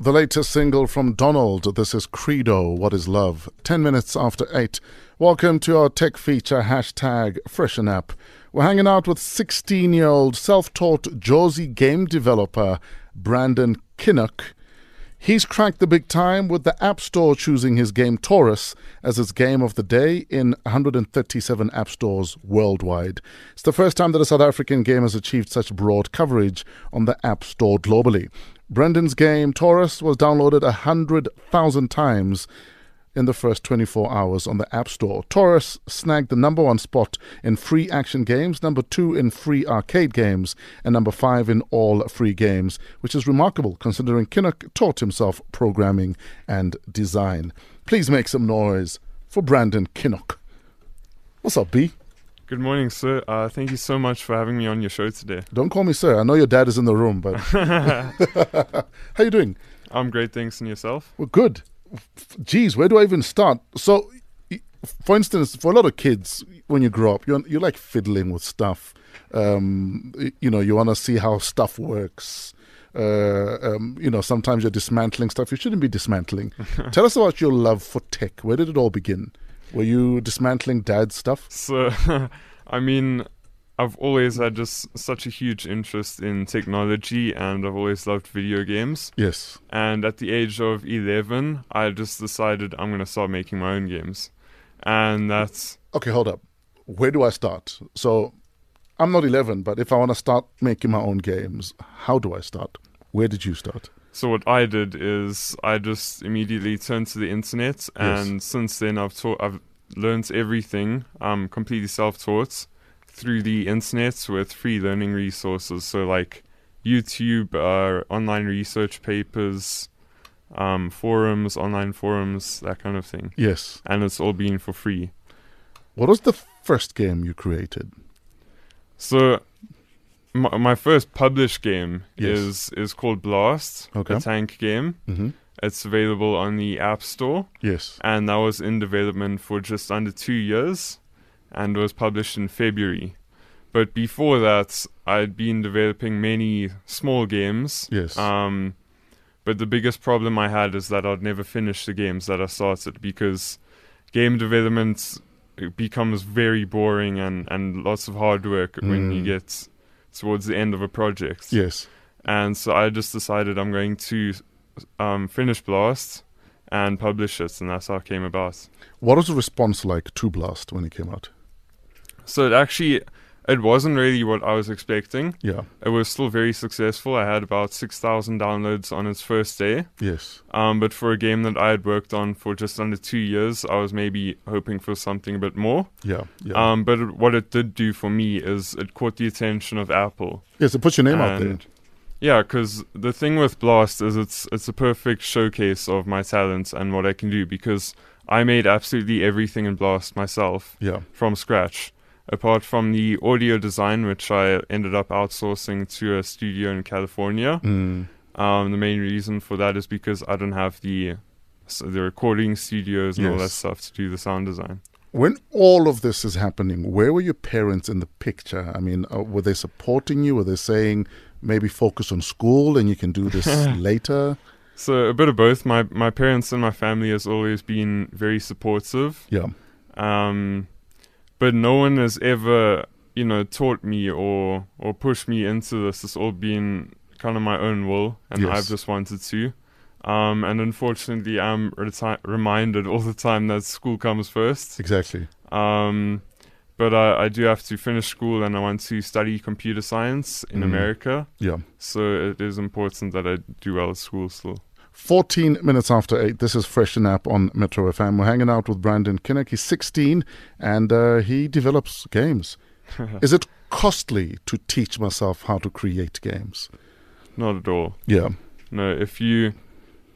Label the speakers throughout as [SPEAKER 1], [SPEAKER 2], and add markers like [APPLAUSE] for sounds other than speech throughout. [SPEAKER 1] The latest single from Donald. This is Credo, What is Love? 10 minutes after 8. Welcome to our tech feature hashtag Freshen Up. We're hanging out with 16 year old self taught Josie game developer Brandon Kinnock. He's cracked the big time with the App Store choosing his game Taurus as its game of the day in 137 app stores worldwide. It's the first time that a South African game has achieved such broad coverage on the App Store globally. Brendan's game Taurus was downloaded 100,000 times in the first 24 hours on the App Store. Taurus snagged the number one spot in free action games, number two in free arcade games, and number five in all free games, which is remarkable considering Kinnock taught himself programming and design. Please make some noise for Brandon Kinnock. What's up, B?
[SPEAKER 2] Good morning, sir. Uh, thank you so much for having me on your show today.
[SPEAKER 1] Don't call me sir. I know your dad is in the room, but [LAUGHS] how you doing?
[SPEAKER 2] I'm great, thanks, and yourself?
[SPEAKER 1] Well, good. F- Geez, where do I even start? So, y- for instance, for a lot of kids, when you grow up, you're you like fiddling with stuff. Um, y- you know, you want to see how stuff works. Uh, um, you know, sometimes you're dismantling stuff. You shouldn't be [LAUGHS] dismantling. Tell us about your love for tech. Where did it all begin? Were you dismantling dad's stuff?
[SPEAKER 2] So, [LAUGHS] I mean, I've always had just such a huge interest in technology and I've always loved video games.
[SPEAKER 1] Yes.
[SPEAKER 2] And at the age of 11, I just decided I'm going to start making my own games. And that's,
[SPEAKER 1] Okay, hold up. Where do I start? So, I'm not 11, but if I want to start making my own games, how do I start? Where did you start?
[SPEAKER 2] so what I did is I just immediately turned to the internet. And since then, I've taught, I've learned everything. I'm completely self taught. through the internet with free learning resources. So like YouTube, uh, online research papers, um, forums, online forums, that kind of thing.
[SPEAKER 1] Yes.
[SPEAKER 2] And it's all been for free.
[SPEAKER 1] What was the first game you created?
[SPEAKER 2] So my, my first published game
[SPEAKER 1] Yes.
[SPEAKER 2] is is called Blast,
[SPEAKER 1] Okay.
[SPEAKER 2] a tank game.
[SPEAKER 1] Mm-hmm.
[SPEAKER 2] It's available on the App Store,
[SPEAKER 1] Yes.
[SPEAKER 2] and that was in development for just under two years, and was published in February. But before that, I'd been developing many small games.
[SPEAKER 1] Yes.
[SPEAKER 2] Um, but the biggest problem I had is that I'd never finish the games that I started because game development becomes very boring and, and lots of hard work when you
[SPEAKER 1] Mm.
[SPEAKER 2] get towards the end of a project.
[SPEAKER 1] yes.
[SPEAKER 2] And so I just decided I'm going to um, finish Blast and publish it, and that's how it came about.
[SPEAKER 1] What was the response like to Blast when it came out?
[SPEAKER 2] So it actually it wasn't really what I was expecting.
[SPEAKER 1] Yeah.
[SPEAKER 2] It was still very successful. I had about six thousand downloads on its first day.
[SPEAKER 1] Yes.
[SPEAKER 2] Um, but for a game that I had worked on for just under two years, I was maybe hoping for something a bit more.
[SPEAKER 1] Yeah. Yeah.
[SPEAKER 2] Um, but it- what it did do for me is it caught the attention of Apple.
[SPEAKER 1] yes. It puts your name out there.
[SPEAKER 2] and- Yeah, because the thing with Blast is it's it's a perfect showcase of my talents and what I can do because I made absolutely everything in Blast myself
[SPEAKER 1] Yeah.
[SPEAKER 2] from scratch. Apart from the audio design, which I ended up outsourcing to a studio in California.
[SPEAKER 1] Mm.
[SPEAKER 2] Um, the main reason for that is because I don't have the so the recording studios and all that
[SPEAKER 1] Yes.
[SPEAKER 2] stuff to do the sound design.
[SPEAKER 1] When all of this is happening, where were your parents in the picture? I mean, uh, were they supporting you? Were they saying maybe focus on school and you can do [LAUGHS] this later?
[SPEAKER 2] So a bit of both. My my parents and my family has always been very supportive,
[SPEAKER 1] Yeah.
[SPEAKER 2] um, but no one has ever you know taught me or or pushed me into this. It's all been kind of my own will, and
[SPEAKER 1] Yes.
[SPEAKER 2] I've just wanted to. Um, and unfortunately, I'm reti- reminded all the time that school comes first.
[SPEAKER 1] Exactly.
[SPEAKER 2] Um, but I, I do have to finish school and I want to study computer science in
[SPEAKER 1] Mhm.
[SPEAKER 2] America.
[SPEAKER 1] Yeah.
[SPEAKER 2] So it is important that I do well at school still.
[SPEAKER 1] 14 minutes after 8, this is Freshen Up on Metro FM. We're hanging out with Brandon Kinnock. He's 16 and uh, he develops games. is it costly to teach myself how to create games?
[SPEAKER 2] Not at all.
[SPEAKER 1] Yeah.
[SPEAKER 2] No, if you,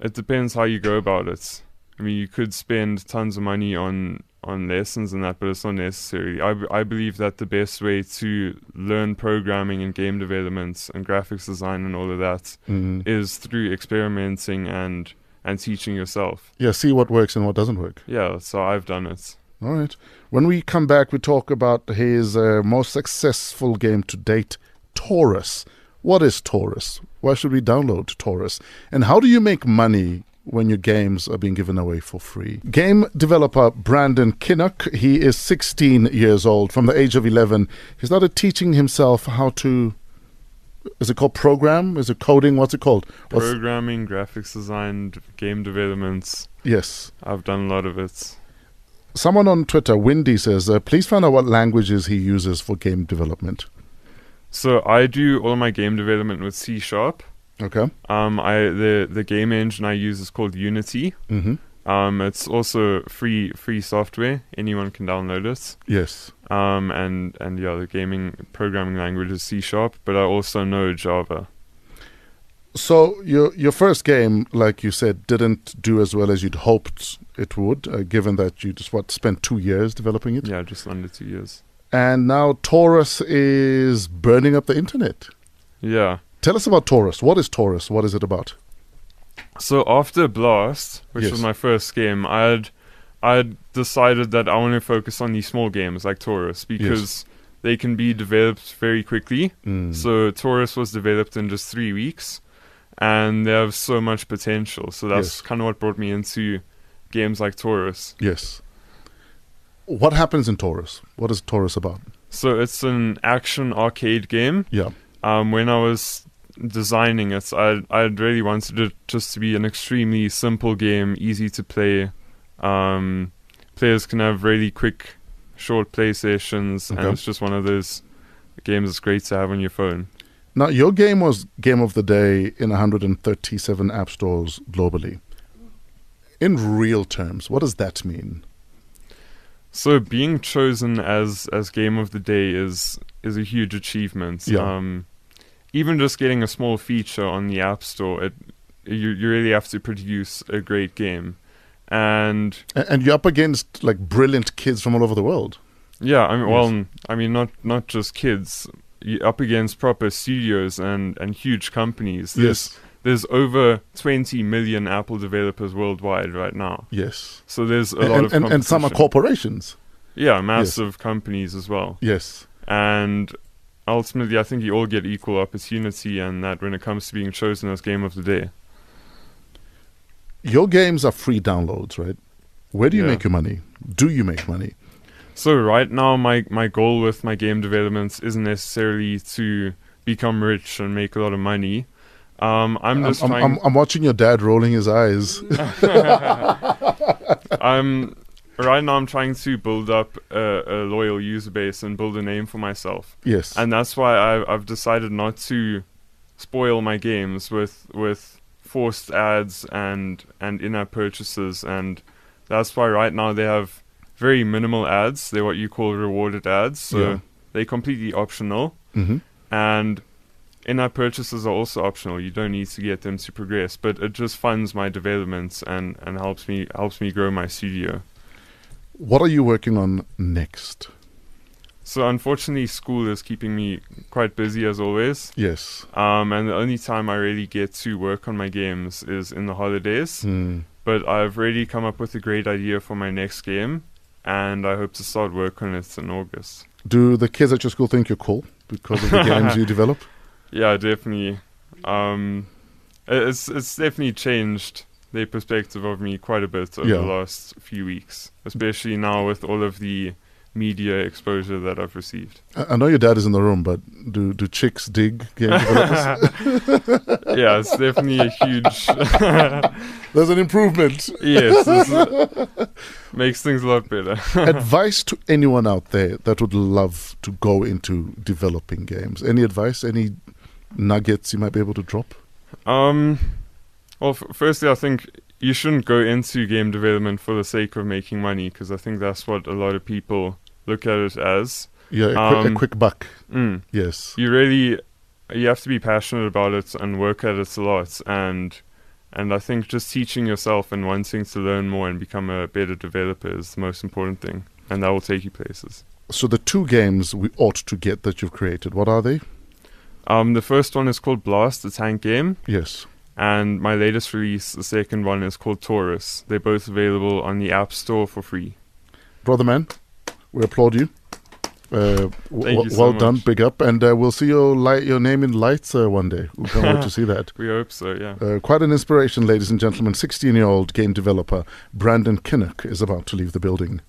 [SPEAKER 2] it depends how you go about it. I mean, you could spend tons of money on on lessons and that, but it's not necessary. I, b- I believe that the best way to learn programming and game development and graphics design and all of that
[SPEAKER 1] Mm.
[SPEAKER 2] is through experimenting and and teaching yourself.
[SPEAKER 1] Yeah, see what works and what doesn't work.
[SPEAKER 2] Yeah, so I've done it.
[SPEAKER 1] All right. When we come back, we talk about his uh, most successful game to date, Taurus. What is Taurus? Why should we download Taurus? And how do you make money when your games are being given away for free. Game developer Brandon Kinnock, he is 16 years old from the age of 11. He started teaching himself how to. Is it called program? Is it coding? What's it called? What's-
[SPEAKER 2] Programming, graphics design, d- game developments.
[SPEAKER 1] yes.
[SPEAKER 2] I've done a lot of it.
[SPEAKER 1] Someone on Twitter, Windy, says, uh, please find out what languages he uses for game development.
[SPEAKER 2] So I do all my game development with C sharp.
[SPEAKER 1] Okay.
[SPEAKER 2] Um, I the the game engine I use is called Unity.
[SPEAKER 1] Mm-hmm.
[SPEAKER 2] Um, it's also free free software. Anyone can download it.
[SPEAKER 1] Yes.
[SPEAKER 2] Um, and and yeah, the gaming programming language is C sharp, but I also know Java.
[SPEAKER 1] So your your first game, like you said, didn't do as well as you'd hoped it would, uh, given that you just what spent two years developing it.
[SPEAKER 2] Yeah, just under two years.
[SPEAKER 1] and now Taurus is burning up the internet.
[SPEAKER 2] Yeah.
[SPEAKER 1] Tell us about Taurus. What is Taurus? What is it about?
[SPEAKER 2] So after Blast, which
[SPEAKER 1] Yes.
[SPEAKER 2] was my first game, I had I had decided that I want to focus on these small games like Taurus because they can be developed very quickly. Mm.
[SPEAKER 1] Mm.
[SPEAKER 2] So Taurus was developed in just three weeks, and they have so much potential. So that's
[SPEAKER 1] Yes.
[SPEAKER 2] kind of what brought me into games like Taurus.
[SPEAKER 1] yes. What happens in Taurus? What is Taurus about?
[SPEAKER 2] So it's an action arcade game.
[SPEAKER 1] Yeah.
[SPEAKER 2] Um, when I was designing it, I I really wanted it just to be an extremely simple game, easy to play. Um, players can have really quick, short play sessions,
[SPEAKER 1] Okay.
[SPEAKER 2] and it's just one of those games that's great to have on your phone.
[SPEAKER 1] Now, your game was game of the day in 137 app stores globally. In real terms, what does that mean?
[SPEAKER 2] So being chosen as as game of the day is is a huge achievement.
[SPEAKER 1] Yeah.
[SPEAKER 2] Um, even just getting a small feature on the App Store, it you you really have to produce a great game, and
[SPEAKER 1] A- And you're up against like brilliant kids from all over the world.
[SPEAKER 2] Yeah, I mean,
[SPEAKER 1] Yes.
[SPEAKER 2] well, n- I mean, not not just kids. You're up against proper studios and and huge companies. There's there's over 20 million Apple developers worldwide right now.
[SPEAKER 1] Yes.
[SPEAKER 2] So there's a
[SPEAKER 1] And,
[SPEAKER 2] lot
[SPEAKER 1] and,
[SPEAKER 2] of
[SPEAKER 1] and, and some are
[SPEAKER 2] competition.
[SPEAKER 1] corporations.
[SPEAKER 2] yeah, massive companies as well.
[SPEAKER 1] Yes.
[SPEAKER 2] And ultimately, I think you all get equal opportunity, and that when it comes to being chosen as game of the day.
[SPEAKER 1] Your games are free downloads, right? Where do you
[SPEAKER 2] Yeah.
[SPEAKER 1] make your money? Do you make money?
[SPEAKER 2] So right now, my my goal with my game developments isn't necessarily to become rich and make a lot of money. Um, I'm
[SPEAKER 1] I'm,
[SPEAKER 2] just
[SPEAKER 1] I'm,
[SPEAKER 2] trying.
[SPEAKER 1] I'm, I'm watching your dad rolling his eyes. [LAUGHS]
[SPEAKER 2] uh, I'm right now. I'm trying to build up a, a loyal user base and build a name for myself,
[SPEAKER 1] yes.
[SPEAKER 2] and that's why I, I've decided not to spoil my games with with forced ads and and in-app purchases, and that's why right now they have very minimal ads. They're what you call rewarded ads, so
[SPEAKER 1] Yeah.
[SPEAKER 2] they're completely optional,
[SPEAKER 1] hmm
[SPEAKER 2] and in-app purchases are also optional. You don't need to get them to progress, but it just funds my developments and, and helps me helps me grow my studio.
[SPEAKER 1] What are you working on next?
[SPEAKER 2] So unfortunately, school is keeping me quite busy as always.
[SPEAKER 1] Yes.
[SPEAKER 2] Um, and the only time I really get to work on my games is in the holidays.
[SPEAKER 1] Mm.
[SPEAKER 2] But I've already come up with a great idea for my next game, and I hope to start work on it in August.
[SPEAKER 1] Do the kids at your school think you're cool because
[SPEAKER 2] [LAUGHS]
[SPEAKER 1] of the games you develop?
[SPEAKER 2] Yeah, definitely. Um, i- it's it's definitely changed their perspective of me quite a bit over
[SPEAKER 1] Yeah.
[SPEAKER 2] the last few weeks, especially now with all of the media exposure that I've received.
[SPEAKER 1] I I know your dad is in the room, but do do chicks dig game
[SPEAKER 2] [LAUGHS]
[SPEAKER 1] developers?
[SPEAKER 2] Yeah, it's definitely a huge. [LAUGHS]
[SPEAKER 1] There's an improvement.
[SPEAKER 2] yes, this is- makes things a lot better. [LAUGHS]
[SPEAKER 1] advice to anyone out there that would love to go into developing games. Any advice? Any nuggets you might be able to drop?
[SPEAKER 2] Um, well, f- firstly, I think you shouldn't go into game development for the sake of making money, because I think that's what a lot of people look at it as.
[SPEAKER 1] Yeah, a, qui-
[SPEAKER 2] Um,
[SPEAKER 1] a quick buck.
[SPEAKER 2] Mm.
[SPEAKER 1] Yes.
[SPEAKER 2] You really, you have to be passionate about it and work at it a lot, and and I think just teaching yourself and wanting to learn more and become a better developer is the most important thing, and that will take you places.
[SPEAKER 1] So the two games we ought to get that you've created. What are they?
[SPEAKER 2] Um, the first one is called Blast, the tank game.
[SPEAKER 1] Yes.
[SPEAKER 2] and my latest release, the second one, is called Taurus. They're both available on the App Store for free.
[SPEAKER 1] Brother man, we applaud you. Uh, w-
[SPEAKER 2] you so
[SPEAKER 1] well
[SPEAKER 2] much.
[SPEAKER 1] done, big up, and uh, we'll see your light, your name in lights uh, one day. We can't wait to see
[SPEAKER 2] [LAUGHS]
[SPEAKER 1] that.
[SPEAKER 2] We hope so, yeah.
[SPEAKER 1] Uh, quite an inspiration, ladies and gentlemen. 16 year old game developer Brandon Kinnock is about to leave the building.